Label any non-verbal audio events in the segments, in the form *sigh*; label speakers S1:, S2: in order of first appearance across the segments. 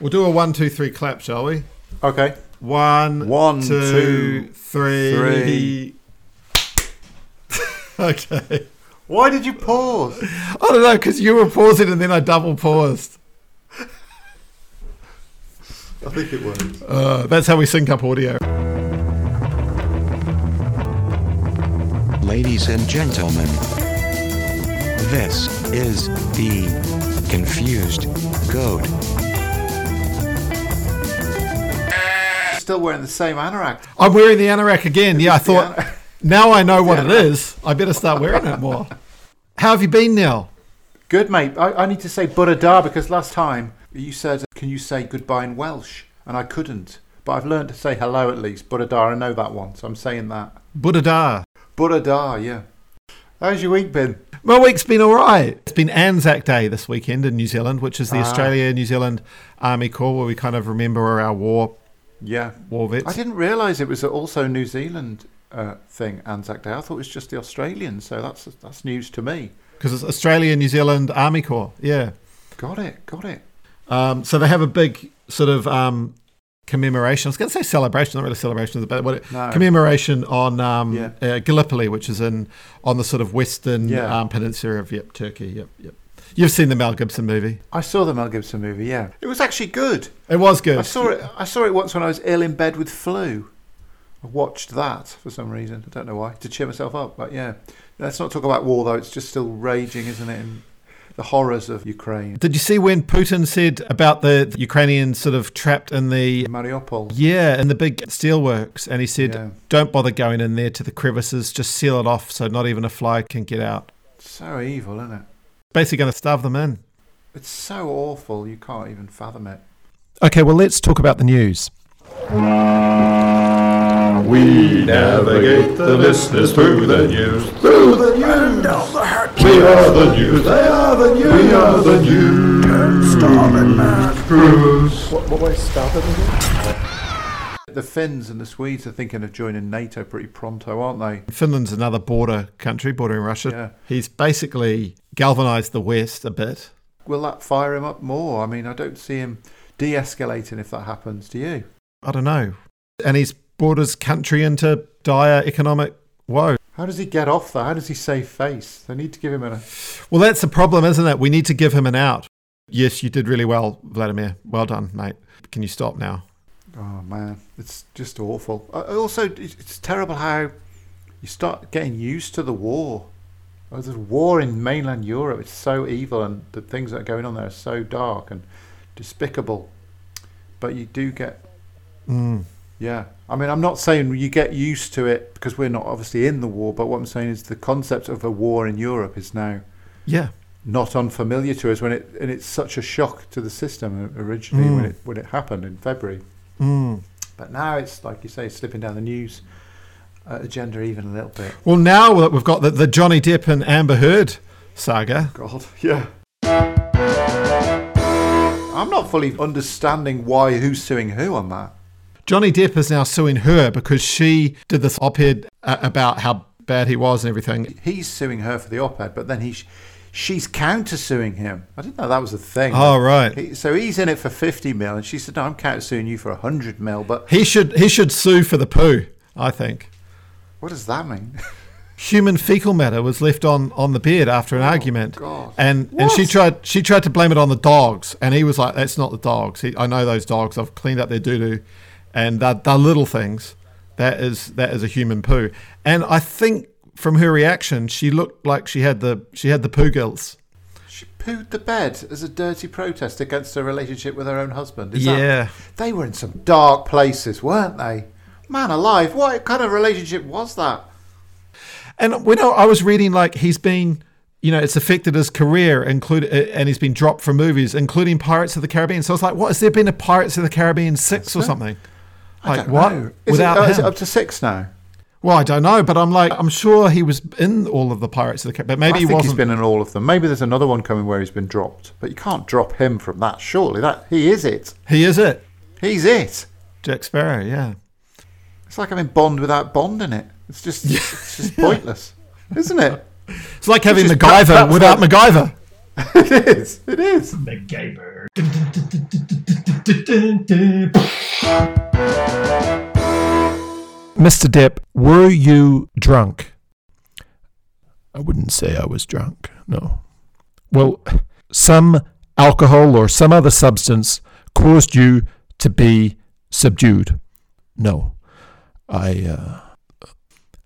S1: We'll do a one, two, three clap, shall we?
S2: Okay.
S1: One,
S2: One,
S1: two,
S2: two,
S1: three. *laughs* okay.
S2: Why did you pause?
S1: I don't know because you were pausing and then I double paused.
S2: I think it worked.
S1: Uh, that's how we sync up audio.
S3: Ladies and gentlemen, this is the Confused Goat.
S2: Still wearing the same anorak.
S1: I'm wearing the anorak again. Yeah, I thought
S2: anorak.
S1: *laughs* now I know what it
S2: anorak.
S1: is. I better start wearing it more. How have you been now?
S2: Good, mate. I, I need to say Buddha because last time you said, can you say goodbye in Welsh? And I couldn't. But I've learned to say hello at least. Buddha I know that one, so I'm saying that.
S1: Buddha da.
S2: Buddha yeah. How's your week been?
S1: My week's been all right. It's been Anzac Day this weekend in New Zealand, which is the Australia New Zealand Army Corps where we kind of remember our war
S2: Yeah.
S1: war
S2: I
S1: vets.
S2: didn't realise it was also New Zealand uh, thing, Anzac Day. I thought it was just the Australians, so that's that's news to me.
S1: Because it's Australia New Zealand Army Corps. Yeah.
S2: Got it, got it.
S1: Um, so they have a big sort of um, commemoration. I was going to say celebration, not really celebration, but what it,
S2: No.
S1: commemoration on um,
S2: Yeah.
S1: uh, Gallipoli, which is in on the sort of western
S2: Yeah.
S1: um, peninsula of yep, Turkey. Yep, yep. You've seen the Mel Gibson movie.
S2: I saw the Mel Gibson movie, yeah. It was actually good.
S1: It was good.
S2: I saw it. I saw it once when I was ill in bed with flu. I watched that for some reason. I don't know why. To cheer myself up. But yeah, let's not talk about war though. It's just still raging, isn't it? And the horrors of Ukraine,
S1: Did you see when Putin said about the the Ukrainians sort of trapped in the
S2: Mariupol.
S1: yeah in the big steelworks, and he said,
S2: Yeah.
S1: "Don't bother going in there to the crevices. Just seal it off so not even a fly can get out."
S2: So evil, isn't it?
S1: Basically, going to starve them in.
S2: It's so awful. You can't even fathom it.
S1: Okay, well, let's talk about the news.
S4: We navigate the listeners through the news, through the news. We are the news. They are the news. We are the news. Bruce.
S2: The Finns and the Swedes are thinking of joining NATO pretty pronto, aren't they?
S1: Finland's another border country, bordering Russia.
S2: Yeah.
S1: He's basically galvanized the West a bit.
S2: Will that fire him up more? I mean, I don't see him de-escalating if that happens. Do you?
S1: I don't know. And he's brought his country into dire economic woe.
S2: How does he get off that? How does he save face? They need to give him a
S1: Well, that's the problem, isn't it? We need to give him an out. Yes, you did really well, Vladimir. Well done, mate. Can you stop now?
S2: Oh man, it's just awful. I- I Also, it's it's terrible how you start getting used to the war. Oh, the war in mainland Europe is so evil, and the things that are going on there are so dark and despicable. But you do get,
S1: Mm.
S2: yeah. I mean, I'm not saying you get used to it because we're not obviously in the war, but what I'm saying is the concept of a war in Europe is now
S1: Yeah.
S2: not unfamiliar to us when it and it's such a shock to the system o- originally when it when it happened in February.
S1: Mm.
S2: But now it's like you say, slipping down the news uh, agenda even a little bit.
S1: Well, now that we've got the, the Johnny Depp and Amber Heard saga,
S2: God, *laughs* yeah. I'm not fully understanding why who's suing who on that.
S1: Johnny Depp is now suing her because she did this op ed uh, about how bad he was and everything.
S2: He's suing her for the op-ed, but then he, sh- she's countersuing him. I didn't know that was a thing.
S1: Oh, right.
S2: He, so he's in it for 50 mil, and she said, "No, I'm countersuing you for 100 mil." But
S1: He should he should sue for the poo, I think.
S2: what does that mean? *laughs*
S1: Human fecal matter was left on, on the bed after an argument,
S2: God.
S1: and and she tried she tried to blame it on the dogs, and he was like, "That's not the dogs. He, I know those dogs. I've cleaned up their doo doo, and they're, they're little things. That is that is a human poo." And I think from her reaction, she looked like she had the she had the poo gills.
S2: she pooed the bed as a dirty protest against her relationship with her own husband. Is that-
S1: yeah,
S2: They were in some dark places, weren't they? Man alive, what kind of relationship was that?
S1: And when I I was reading, like he's been, you know, it's affected his career, include, uh, and he's been dropped from movies, including Pirates of the Caribbean. So I was like, what has there been a Pirates of the Caribbean six or something?
S2: I
S1: Like
S2: don't
S1: what?
S2: know. Is,
S1: Without
S2: it, uh, is it
S1: him?
S2: up to six now?
S1: well, I don't know, but I'm like, I'm sure he was in all of the Pirates of the Caribbean, but maybe
S2: I
S1: he
S2: think
S1: wasn't.
S2: he's been in all of them. Maybe there's another one coming where he's been dropped, but you can't drop him from that. Surely that he is it.
S1: he is it,
S2: He's it.
S1: Jack Sparrow. Yeah.
S2: It's like having Bond without Bond in it. It's
S1: *laughs*
S2: just it's just pointless, isn't it? *laughs*
S1: It's like having
S2: is-
S1: MacGyver
S2: that- that's
S1: without MacGyver.
S2: It is. It is.
S5: MacGyver. Mr. Depp, were you drunk? I wouldn't say I was drunk, no. Well, some alcohol or some other substance caused you to be subdued. No. I, uh,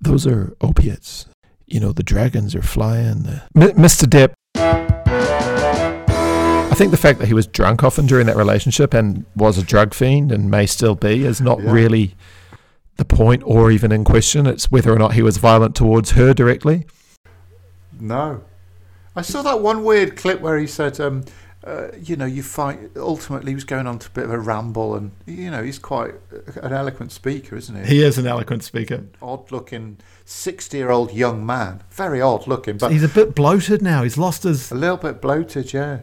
S5: those are opiates. You know, the dragons are flying. The... M- Mr. Depp. I think the fact that he was drunk often during that relationship and was a drug fiend and may still be is not
S2: Yeah.
S5: really the point or even in question. It's whether or not he was violent towards her directly.
S2: No. I saw that one weird clip where he said, um, uh, you know, you fight. Ultimately, he was going on to a bit of a ramble, and, you know, he's quite an eloquent speaker, isn't he?
S1: He is an eloquent speaker.
S2: Odd looking 60 year old young man. Very odd looking, but
S1: He's a bit bloated now. He's lost his.
S2: a little bit bloated, yeah.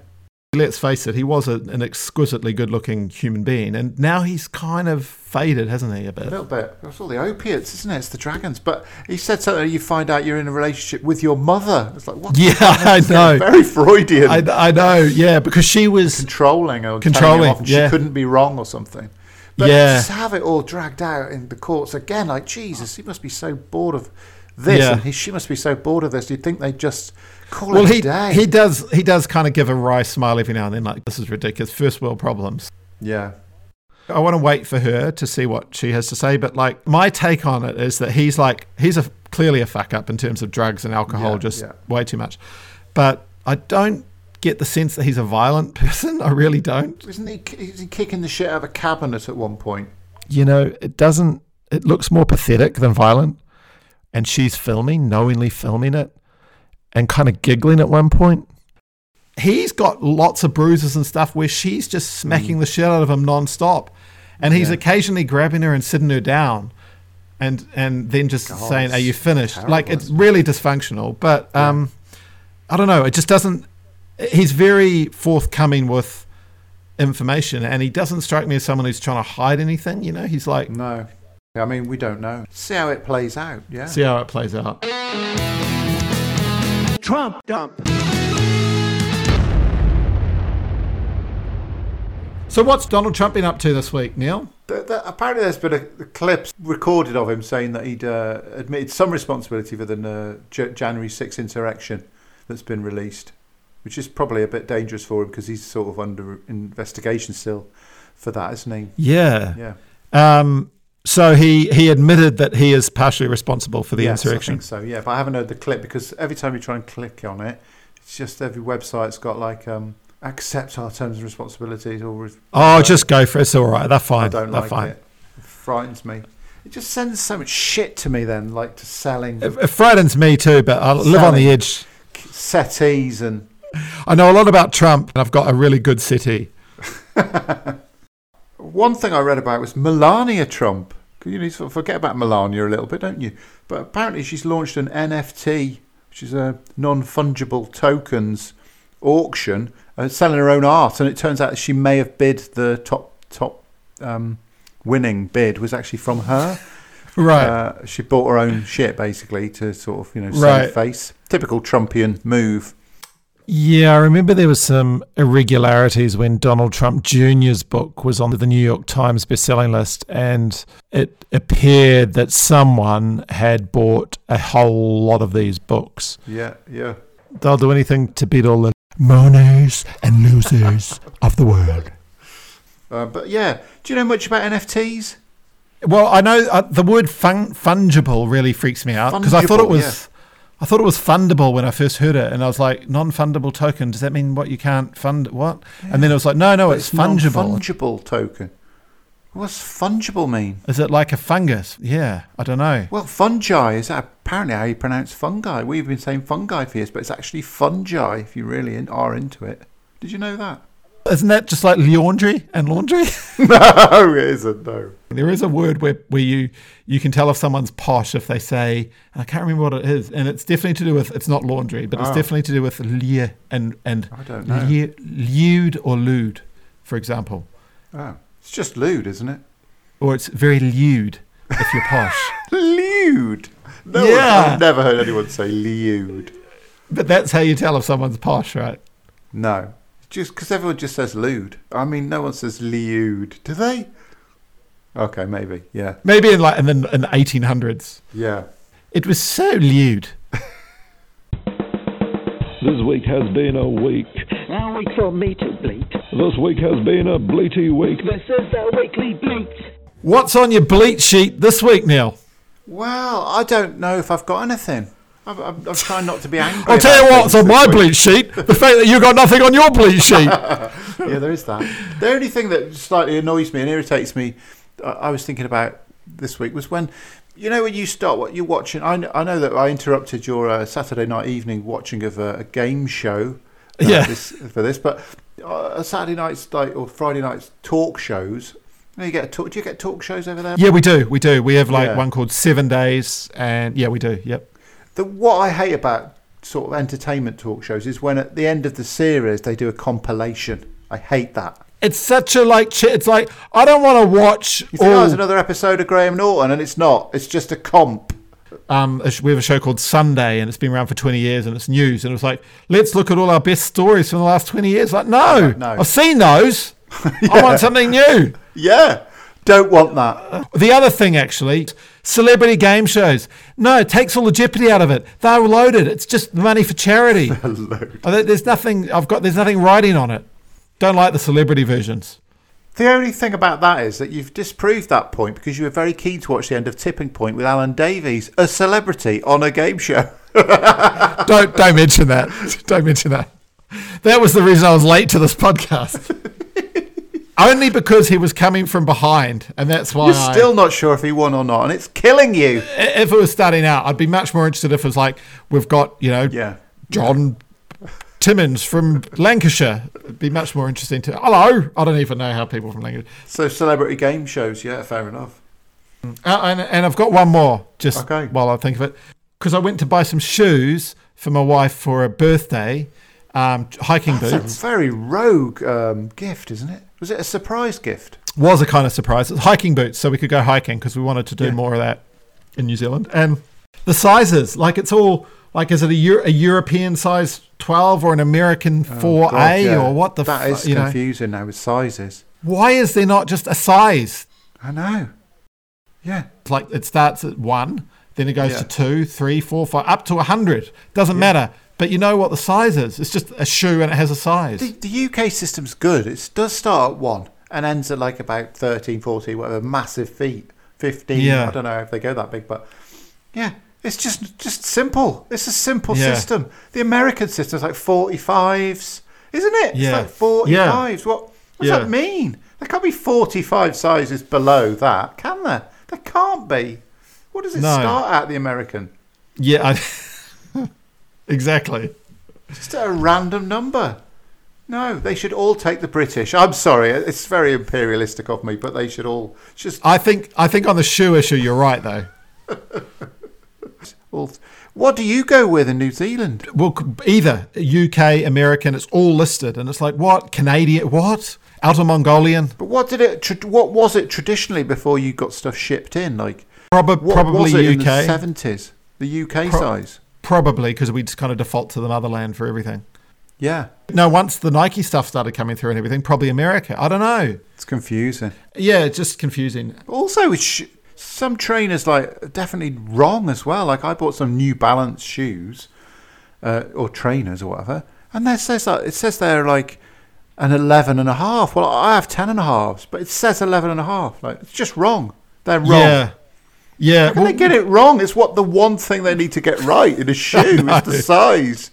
S1: Let's face it, he was a, an exquisitely good-looking human being, and now he's kind of faded, hasn't he? A
S2: A
S1: bit.
S2: little bit. It's all the opiates, isn't it? It's the dragons. But he said something, you find out you're in a relationship with your mother. It's like, what?
S1: Yeah, *laughs* I know.
S2: Very Freudian.
S1: I, I know. Yeah, because she was.
S2: controlling or
S1: Controlling,
S2: controlling. Off and
S1: yeah.
S2: She couldn't be wrong or something. But
S1: Yeah.
S2: just have it all dragged out in the courts again, like Jesus, he must be so bored of this,
S1: Yeah.
S2: and he, she must be so bored of this. You'd think they'd just call
S1: Well,
S2: it
S1: he
S2: a day.
S1: he does he does kind of give a wry smile every now and then, like this is ridiculous. First world problems.
S2: yeah,
S1: I want to wait for her to see what she has to say, but like my take on it is that he's like he's a clearly a fuck up in terms of drugs and alcohol,
S2: Yeah,
S1: just
S2: yeah.
S1: way too much. But I don't get the sense that he's a violent *laughs* person. I really don't.
S2: isn't he? Is he kicking the shit out of a cabinet at one point?
S5: you know, it doesn't, it looks more pathetic than violent. And she's filming, knowingly filming it, and kind of giggling at one point.
S1: He's got lots of bruises and stuff where she's just
S2: Mm.
S1: smacking the shit out of him nonstop, and he's occasionally grabbing her and sitting her down, and and then just
S2: God,
S1: saying, "Are you
S2: it's
S1: finished?"
S2: terrible,
S1: like it's
S2: isn't
S1: really dysfunctional. But um, I don't know. It just doesn't. He's very forthcoming with information, and he doesn't strike me as someone who's trying to hide anything. You know, he's like,
S2: No, I mean we don't know. See how it plays out. Yeah,
S1: "See how it plays out."
S6: Trump dump.
S1: So, what's Donald Trump been up to this week, Neil?
S2: Th- th- apparently, there's been a, a clip recorded of him saying that he'd uh, admitted some responsibility for the uh, J- January 6th insurrection that's been released, which is probably a bit dangerous for him because he's sort of under investigation still for that, isn't he?
S1: Yeah.
S2: Yeah.
S1: Um, so he he admitted that he is partially responsible for the
S2: Yes, I
S1: insurrection.
S2: think so, yeah. But I haven't heard the clip because every time you try and click on it, it's just every website's got like um, accept our terms and responsibilities or re-
S1: Oh, just go for it. It's all right. They're fine.
S2: I don't
S1: They're
S2: like
S1: fine.
S2: it. It frightens me. It just sends so much shit to me then, like to selling.
S1: It, it frightens me too, but I live on the
S2: Selling.
S1: edge.
S2: settees and *laughs*
S1: I know a lot about Trump, and I've got a really good city.
S2: one thing I read about was Melania Trump. You know, you sort of forget about Melania a little bit, don't you? But apparently, she's launched an NFT, which is a non-fungible tokens auction, uh, selling her own art. And it turns out that she may have bid the top top um, winning bid was actually from her.
S1: Right.
S2: Uh, she bought her own shit basically to sort of you know save
S1: Right.
S2: face. Typical Trumpian move.
S5: Yeah, I remember there was some irregularities when Donald Trump Jr.'s book was on the New York Times bestselling list, and it appeared that someone had bought a whole lot of these books.
S2: Yeah, yeah.
S5: They'll do anything to beat all the moaners and losers of the world.
S2: Uh, but yeah, do you know much about NFTs?
S1: well, I know uh, the word fun- fungible really freaks me out because I thought it
S2: Fungible,
S1: was.
S2: yeah.
S1: I thought it was fundable when I first heard it, and I was like, "Non-fundable token? Does that mean what you can't fund? What?" And then I was like, "No, no, it's, fungible.
S2: Fungible token. What's fungible mean?
S1: Is it like a fungus? Yeah, I don't know.
S2: Well, fungi is apparently how you pronounce fungi. We've been saying fungi for years, but it's actually fungi if you really in, are into it. Did you know that? *laughs*
S1: Isn't that just like laundry and laundry?" *laughs*
S2: no, it isn't. No.
S1: There is a word where, where you you can tell if someone's posh if they say I can't remember what it is, and it's definitely to do with it's not laundry, but it's
S2: Oh.
S1: definitely to do with lie and and
S2: I don't know.
S1: lie, lewd or lewd, for example,
S2: Oh, it's just lewd, isn't it? *laughs*
S1: or it's very lewd if you're *laughs* posh.
S2: Lewd. No, one-
S1: Yeah.
S2: I've never heard anyone say lewd.
S1: But that's how you tell if someone's posh, right?
S2: No, Just because everyone just says lewd. I mean, no one says lewd, do they? Okay, maybe. Yeah,
S1: Maybe in like in the, in the 1800s.
S2: yeah.
S1: It was so lewd.
S6: This week has been a week.
S7: Now wait for me to bleat.
S6: This week has been a bleaty week.
S7: This is the weekly bleat.
S1: What's on your bleat sheet this week, Neil?
S2: Well, I don't know if I've got anything. I'm, I'm, I'm trying not
S1: *laughs*
S2: to be angry.
S1: I'll tell
S2: about
S1: you what's
S2: things
S1: on my
S2: this week.
S1: bleat sheet. The fact that you got nothing on your bleat sheet.
S2: *laughs* Yeah, there is that. The only thing that slightly annoys me and irritates me, I, I was thinking about this week, was when, you know, when you start what you're watching. I, kn- I know that I interrupted your uh, Saturday night evening watching of a, a game show. uh,
S1: Yeah.
S2: This, for this, but uh, Saturday nights like or Friday nights talk shows. You, know, you get a talk, do you get talk shows over there?
S1: *laughs* Yeah, we do. We do. We have like
S2: Yeah.
S1: one called Seven Days, and yeah, we do. Yep.
S2: The what I hate about sort of entertainment talk shows is when at the end of the series they do a compilation. I hate that.
S1: It's such a like. Ch- it's like I don't want to watch.
S2: You think, oh,
S1: All,
S2: it's another episode of Graham Norton, and it's not. It's just a comp.
S1: um, a sh- we have a show called Sunday, and it's been around for twenty years, and it's news, and it was like, let's look at all our best stories from the last twenty years. Like, no,
S2: no.
S1: I've seen those. I want something new.
S2: Yeah. Don't want that.
S1: The other thing, actually, celebrity game shows. No, it takes all the jeopardy out of it. They're loaded. It's just money for charity. Oh, there- There's nothing. I've got. There's nothing writing on it. Don't like the celebrity versions.
S2: The only thing about that is that you've disproved that point because you were very keen to watch the end of Tipping Point with Alan Davies, a celebrity on a game show.
S1: don't don't mention that. Don't mention that. That was the reason I was late to this podcast. Only because he was coming from behind, and that's why.
S2: *laughs* You're
S1: I-
S2: still not sure if he won or not, and it's killing you.
S1: if it was starting out, I'd be much more interested if it was like we've got you know
S2: Yeah.
S1: John Timmins from Lancashire. It'd be much more interesting to hello. I don't even know how people from Lancashire.
S2: So celebrity game shows, yeah, fair enough.
S1: Uh, and, and I've got one more just
S2: Okay.
S1: while I think of it. Because I went to buy some shoes for my wife for her birthday, um, hiking
S2: It's
S1: boots.
S2: a very rogue um, gift, isn't it? Was it a surprise gift?
S1: Was a kind of surprise. It's hiking boots, so we could go hiking because we wanted to do more of that in New Zealand. And the sizes, like it's all like, is it a, Euro- a European size 12 or an American 4A
S2: Oh, God, yeah.
S1: Oh, or what the
S2: That
S1: fu-
S2: is
S1: you know?
S2: confusing now with sizes.
S1: Why is there not just a size?
S2: I know. Yeah.
S1: It's like it starts at one, then it goes
S2: Yeah.
S1: to two, three, four, five, up to a hundred. Doesn't matter. But you know what the size is? It's just a shoe and it has a size.
S2: The, the UK system's good. It does start at one and ends at like about 13, 14, whatever, massive feet. 15.
S1: Yeah.
S2: I don't know if they go that big, but yeah, it's just just simple. It's a simple
S1: Yeah.
S2: system. The American system's like 45s, isn't it?
S1: Yeah.
S2: It's like 45s. What, what does
S1: Yeah.
S2: that mean? There can't be 45 sizes below that, can there? There can't be. What does it
S1: No.
S2: start at, the American?
S1: Yeah, I- *laughs* exactly.
S2: Just a random number. No, they should all take the British. I'm sorry, it's very imperialistic of me, but they should all just
S1: I think I think on the shoe issue you're right though.
S2: all. What do you go with in New Zealand?
S1: Well, c- either UK, American, it's all listed, and it's like what Canadian, what Outer Mongolian,
S2: But what did it? Tra- what was it traditionally before you got stuff shipped in? Like
S1: Proba-
S2: what was it
S1: probably
S2: in the
S1: UK,
S2: seventies? The UK
S1: Pro-
S2: size.
S1: probably because we just kind of default to the motherland for everything.
S2: Yeah,
S1: No, once the Nike stuff started coming through and everything, probably America. I don't know.
S2: it's confusing.
S1: Yeah, it's just confusing.
S2: Also, it's sh- some trainers like are definitely wrong as well. Like I bought some New Balance shoes uh, or trainers or whatever, and that says that it says they're like an 11 and a half. Well, I have 10 and a halves, but it says 11 and a half. Like it's just wrong. They're wrong.
S1: Yeah. Yeah.
S2: Can they get it wrong? It's what the one thing they need to get right
S1: *laughs*
S2: in a shoe is the size.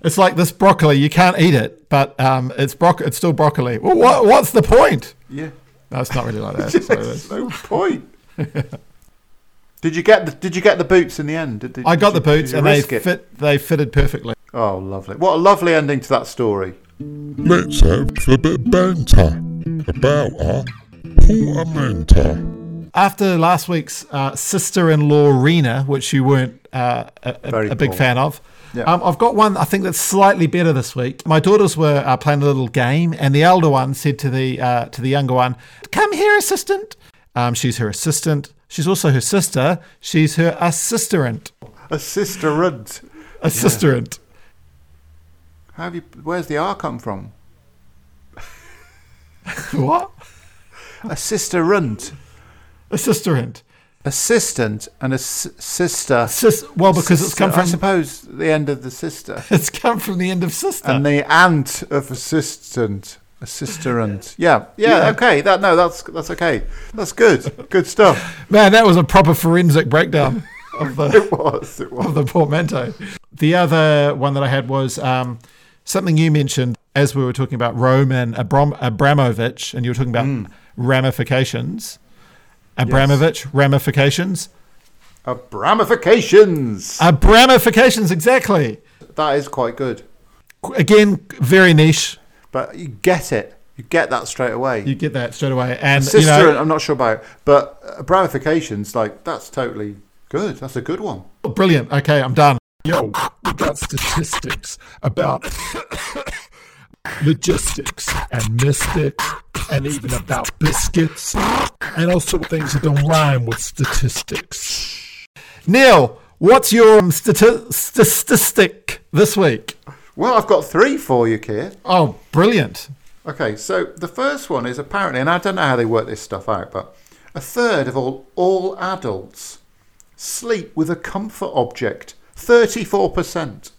S1: It's like this broccoli. You can't eat it, but um, it's broc- It's still broccoli. Well, what, what's the point?
S2: Yeah,
S1: No, it's not really like
S2: *laughs*
S1: that. Sorry,
S2: there's
S1: that's- *laughs*
S2: no point. Did you get the Did you get the boots in the end? Did, did,
S1: I got the
S2: did you- did
S1: boots
S2: you
S1: and they
S2: risk it?
S1: fit. They fitted perfectly.
S2: Oh, lovely! What a lovely ending to that story.
S4: Let's have a bit of banter about our portmanteau.
S1: After last week's uh, sister-in-law Rena, which you weren't uh, a, a-
S2: Very
S1: a big
S2: poor.
S1: fan of,
S2: Yeah.
S1: um, I've got one I think that's slightly better this week. My daughters were uh, playing a little game, and the elder one said to the uh, to the younger one, "Come here, assistant." Um, she's her assistant. She's also her sister. She's her assistant.
S2: A sisterant.
S1: Assistant.
S2: How have you? Where's the R come from?
S1: *laughs* what?
S2: A sisterant,
S1: Assistant.
S2: assistant, and a s- sister.
S1: Sis, well, oh, because it's
S2: Sister,
S1: come
S2: I
S1: from *laughs*
S2: suppose the end of the sister
S1: it's come from the end of sister.
S2: and the aunt of assistant,
S1: *laughs*
S2: assisterant. Yeah, yeah,
S1: Yeah.
S2: Okay, that no, that's that's okay. That's good.
S1: *laughs*
S2: Good stuff.
S1: Man, that was a proper forensic
S2: *laughs*
S1: breakdown of the
S2: It was. It
S1: *laughs*
S2: was.
S1: of the portmanteau. The other one that I had was um, something you mentioned as we were talking about Roman Abram- Abramovich, and you were talking about ramifications. Abramovich ramifications. Uh.
S2: Abramifications.
S1: Abramifications, exactly.
S2: That is quite good.
S1: Qu- Again, very niche.
S2: But you get it. You get that straight away.
S1: You get that straight away, and
S2: sister,
S1: you know,
S2: I'm not sure about, but uh, ramifications, like that's totally good. That's a good one.
S1: Oh, brilliant. Okay, I'm done.
S5: Yo, we got statistics about logistics and mystics and even about biscuits and also things that don't rhyme with statistics.
S1: Neil, what's your um, stati- statistic this week?
S2: Well, I've got three for you, Keir.
S1: Oh, brilliant.
S2: Okay, so the first one is apparently, and I don't know how they work this stuff out, but a third of all all adults sleep with a comfort object. Thirty-four percent,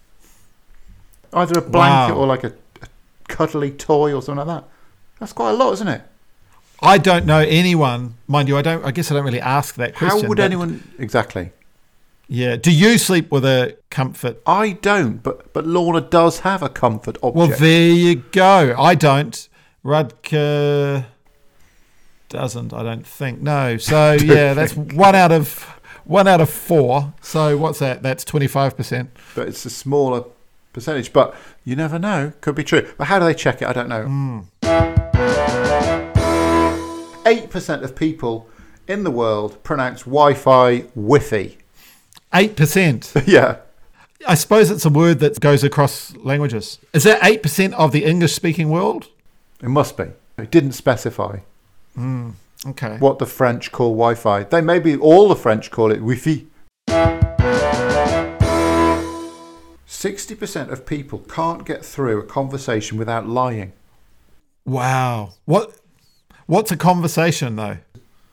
S2: either a blanket
S1: Wow.
S2: or like a, a cuddly toy or something like that. That's quite a lot, isn't it?
S1: I don't know anyone, mind you. I don't. I guess I don't really ask that question.
S2: how would
S1: but-
S2: anyone exactly?
S1: Yeah. Do you sleep with a comfort?
S2: I don't, but but Lorna does have a comfort object.
S1: Well, there you go. I don't. Rudke doesn't. I don't think. No. So *laughs* yeah, that's one out of one out of four. So what's that? That's twenty five percent.
S2: but it's a smaller percentage. But you never know; could be true. But how do they check it? I don't know. Eight percent of people in the world pronounce Wi-Fi "wifi." *laughs*
S1: Eight percent.
S2: yeah,
S1: I suppose it's a word that goes across languages. Is that eight percent of the English speaking world?
S2: it must be. It didn't specify
S1: Okay.
S2: what the French call Wi-Fi. They maybe all the French call it Wi-Fi. Sixty percent of people can't get through a conversation without lying.
S1: Wow. What? What's a conversation though?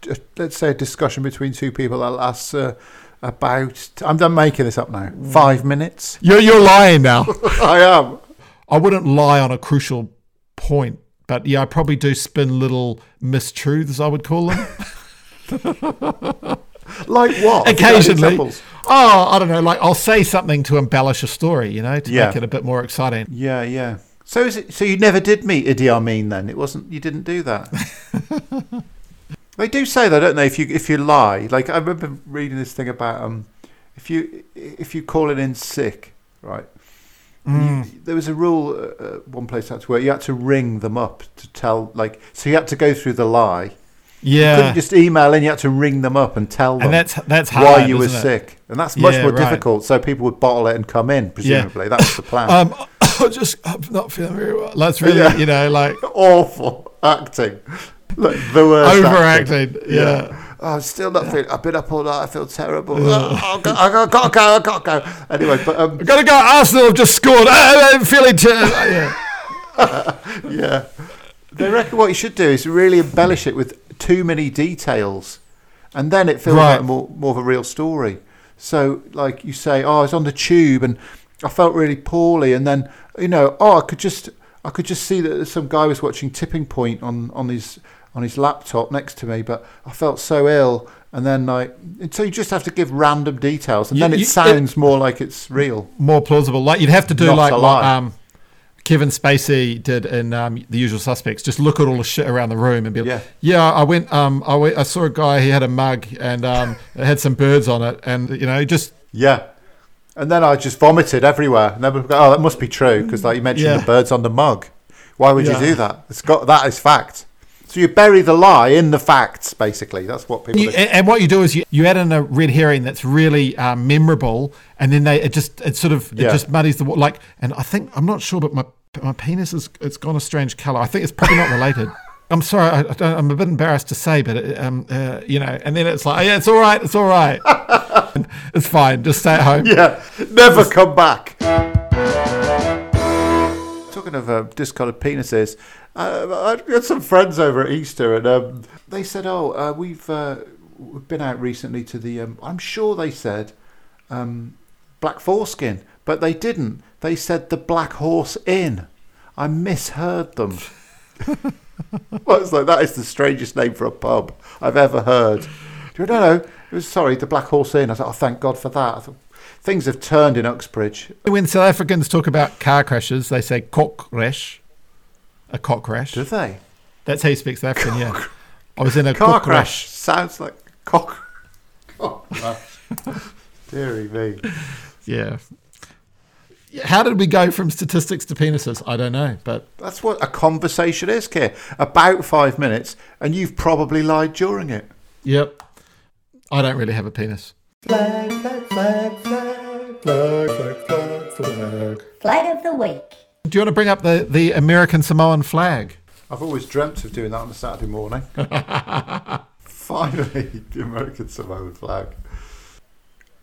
S2: just- let's say a discussion between two people that lasts uh, about I'm done making this up now. Five minutes.
S1: You're you're lying now.
S2: Mm. *laughs* I am.
S1: *laughs* I wouldn't lie on a crucial point, but yeah, I probably do spin little mistruths. I would call them
S2: Like what? If you had
S1: occasionally.
S2: examples.
S1: Oh, I don't know. Like I'll say something to embellish a story, you know, to
S2: Yeah.
S1: make it a bit more exciting.
S2: Yeah, yeah. So is it? So you never did meet Idi Amin then? It wasn't. You didn't do that. *laughs* they do say that, don't they? If you if you lie, like I remember reading this thing about um, if you if you call it in sick, right? You, there was a rule. Uh, uh, one place I had to work. You had to ring them up to tell. Like so, you had to go through the lie.
S1: Yeah,
S2: couldn't just email in. You had to ring them up and tell them
S1: and that's that's hard.
S2: why you were
S1: isn't it?
S2: sick, and that's much
S1: Yeah,
S2: more
S1: right.
S2: difficult. So people would bottle it and come in. Presumably, that was the plan.
S1: *laughs* Um, just I'm not feeling very well. That's really
S2: Yeah.
S1: you know like
S2: *laughs* Awful acting, like the worst. acting.
S1: overacting. yeah.
S2: Oh, I'm still not feeling. I've been up all night. I feel terrible. Oh, I've got- I've got to go. I've got to go. Anyway, but um,
S1: Gotta go. Arsenal have just scored. Ah, I'm feeling. Ter- yeah.
S2: yeah. They reckon what you should do is really embellish it with too many details, and then it feels
S1: Right.
S2: like more more of a real story. So, like you say, oh, I was on the tube and I felt really poorly, and then you know, oh, I could just I could just see that some guy was watching Tipping Point on on his on his laptop next to me, but I felt so ill, and then like and so you just have to give random details, and
S1: You-
S2: then it
S1: you- it-
S2: sounds more like it's real.
S1: more plausible. Like you'd have to do
S2: Not
S1: like
S2: a
S1: what
S2: lie.
S1: um, Kevin Spacey did in um, The Usual Suspects. Just look at all the shit around the room and be like,
S2: Yeah.
S1: yeah, I went, um, I went, I saw a guy. He had a mug and um, it had some birds on it, and you know, just
S2: Yeah. And then I just vomited everywhere. And then we go, oh, that must be true because like you mentioned
S1: Yeah.
S2: the birds on the mug. Why would
S1: Yeah.
S2: you do that? It's got that is fact. So you bury the lie in the facts, basically. That's what people
S1: you,
S2: do.
S1: and and what you do is you, you add in a red herring that's really um, memorable, and then they it just it sort of
S2: Yeah.
S1: it just muddies the water. Like, and I think I'm not sure, but my my penis is it's gone a strange color. I think it's probably not
S2: *laughs*
S1: related. I'm sorry, I, I don't, I'm a bit embarrassed to say, but it, um, uh, you know, and then it's like, oh, yeah, it's all right, it's all
S2: *laughs*
S1: right, And it's fine, just stay at home.
S2: Yeah. Never come back. talking of uh, discoloured penises, uh, I had some friends over at Easter, and um, they said, "Oh, uh, we've uh, we've been out recently to the." Um, I'm sure they said um, black foreskin, but they didn't. They said the black horse inn. I misheard them. *laughs* well, it's like that is the strangest name for a pub I've ever heard. Do you know? It was sorry, the Black Horse Inn. I thought, oh, thank God for that. I thought, things have turned in Uxbridge.
S1: When South Africans talk about car crashes, they say cockcrash. A cockcrash.
S2: Do they?
S1: That's how you speak South African, yeah. I was in a
S2: Car
S1: cockcrash.
S2: crash sounds like cock. *laughs* cock crash. Deary me.
S1: Yeah. Yeah, How did we go from statistics to penises? I don't know, but
S2: That's what a conversation is, Keir. About five minutes, and you've probably lied during it.
S1: yep. I don't really have a penis.
S8: Flag of the week.
S1: Do you want to bring up the, the American Samoan flag?
S2: I've always dreamt of doing that on a Saturday morning. Finally, the American Samoan flag.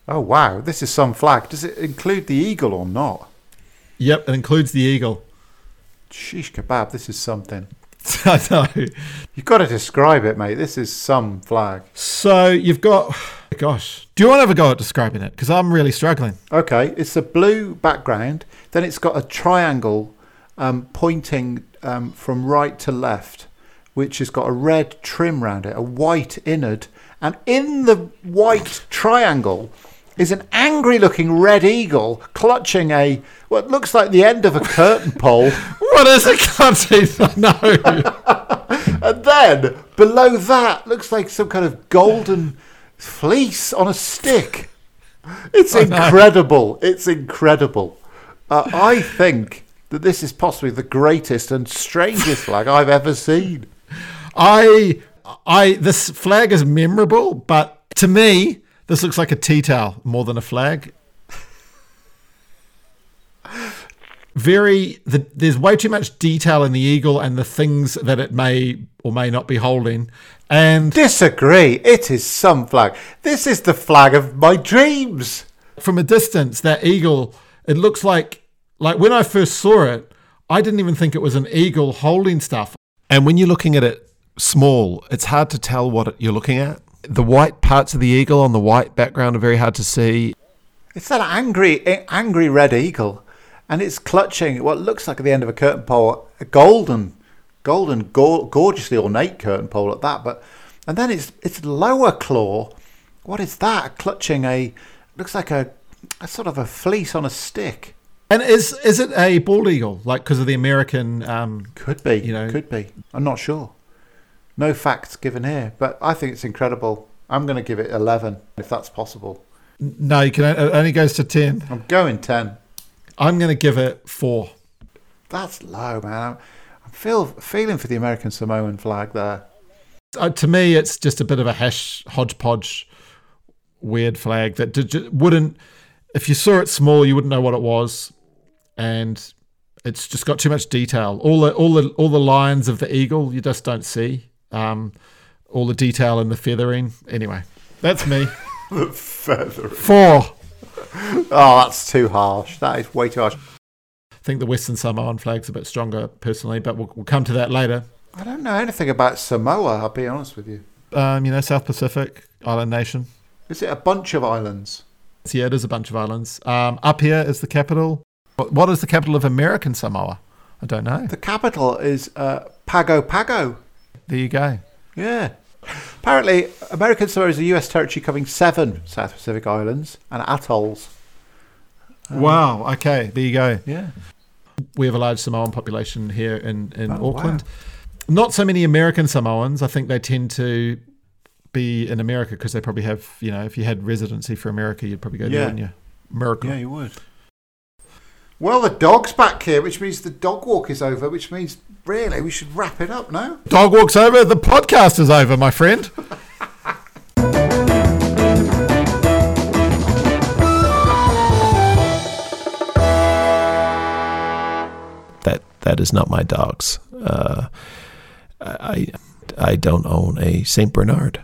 S2: Oh wow, this is some flag. Does it include the eagle or not?
S1: Yep, it includes the eagle. *laughs*
S2: Sheesh kebab, this is something.
S1: I know.
S2: You've got to describe it, mate. This is some flag.
S1: So you've got, gosh, do you want to have a go at describing it? Because I'm really struggling.
S2: Okay, it's a blue background. Then it's got a triangle um, pointing um, from right to left, which has got a red trim round it, a white innard, and in the white triangle is an angry-looking red eagle clutching a what looks like the end of a curtain pole.
S1: What is it? Can't *laughs* see. No.
S2: And then below that looks like some kind of golden fleece on a stick. It's incredible. It's incredible. Uh, I think that this is possibly the greatest and strangest flag I've ever seen.
S1: I, I, this flag is memorable, but to me, this looks like a tea towel more than a flag. Very, the, there's way too much detail in the eagle and the things that it may or may not be holding. And
S2: Disagree. It is some flag. This is the flag of my dreams.
S1: from a distance, that eagle, it looks like, like when I first saw it, I didn't even think it was an eagle holding stuff.
S5: And when you're looking at it small, it's hard to tell what it- you're looking at. The white parts of the eagle on the white background are very hard to see.
S2: It's that angry, eh, angry red eagle, and it's clutching what looks like at the end of a curtain pole, a golden, golden, gor gorgeously ornate curtain pole at that. But and then its its lower claw, what is that? Clutching a, looks like a, a sort of a fleece on a stick.
S1: And is is it a bald eagle? Like because of the American um,
S2: Could be,
S1: You know-
S2: could be. I'm not sure. No facts given here, but I think it's incredible. I'm going to give it 11 if that's possible.
S1: No, you can. It only goes to ten.
S2: I'm going 10.
S1: I'm going to give it four.
S2: That's low, man. I'm feel, feeling for the American Samoan flag there.
S1: Uh, to me, it's just a bit of a hash hodgepodge, weird flag that did, ju- wouldn't. If you saw it small, you wouldn't know what it was, and it's just got too much detail. All the all the all the lines of the eagle you just don't see. Um, all the detail in the feathering. Anyway, that's me.
S2: Feathering.
S1: Four.
S2: Oh, that's too harsh. That is way too harsh.
S1: I think the Western Samoan flag's a bit stronger personally, but we'll, we'll come to that later.
S2: I don't know anything about Samoa, I'll be honest with you.
S1: Um, you know, South Pacific island nation.
S2: Is it a bunch of islands?
S1: So, yeah, it is a bunch of islands. Um, up here is the capital. What- What is the capital of American Samoa? I don't know.
S2: The capital is uh, Pago Pago.
S1: There you go.
S2: Yeah. Apparently, American Samoa is a US territory covering seven South Pacific islands and atolls.
S1: wow. Okay. There you go.
S2: Yeah.
S1: Um, We have a large Samoan population here in, in
S2: Oh, wow.
S1: Auckland. Not so many American Samoans. I think they tend to be in America because they probably have, you know, if you had residency for America, you'd probably go
S2: Yeah.
S1: there, wouldn't you? Miracle.
S2: you would. Well, the dog's back here, which means the dog walk is over, which means really we should wrap it up now.
S1: Dog walks over. The podcast is over, my friend.
S5: That that is not my dog's. Uh, I I don't own a Saint Bernard.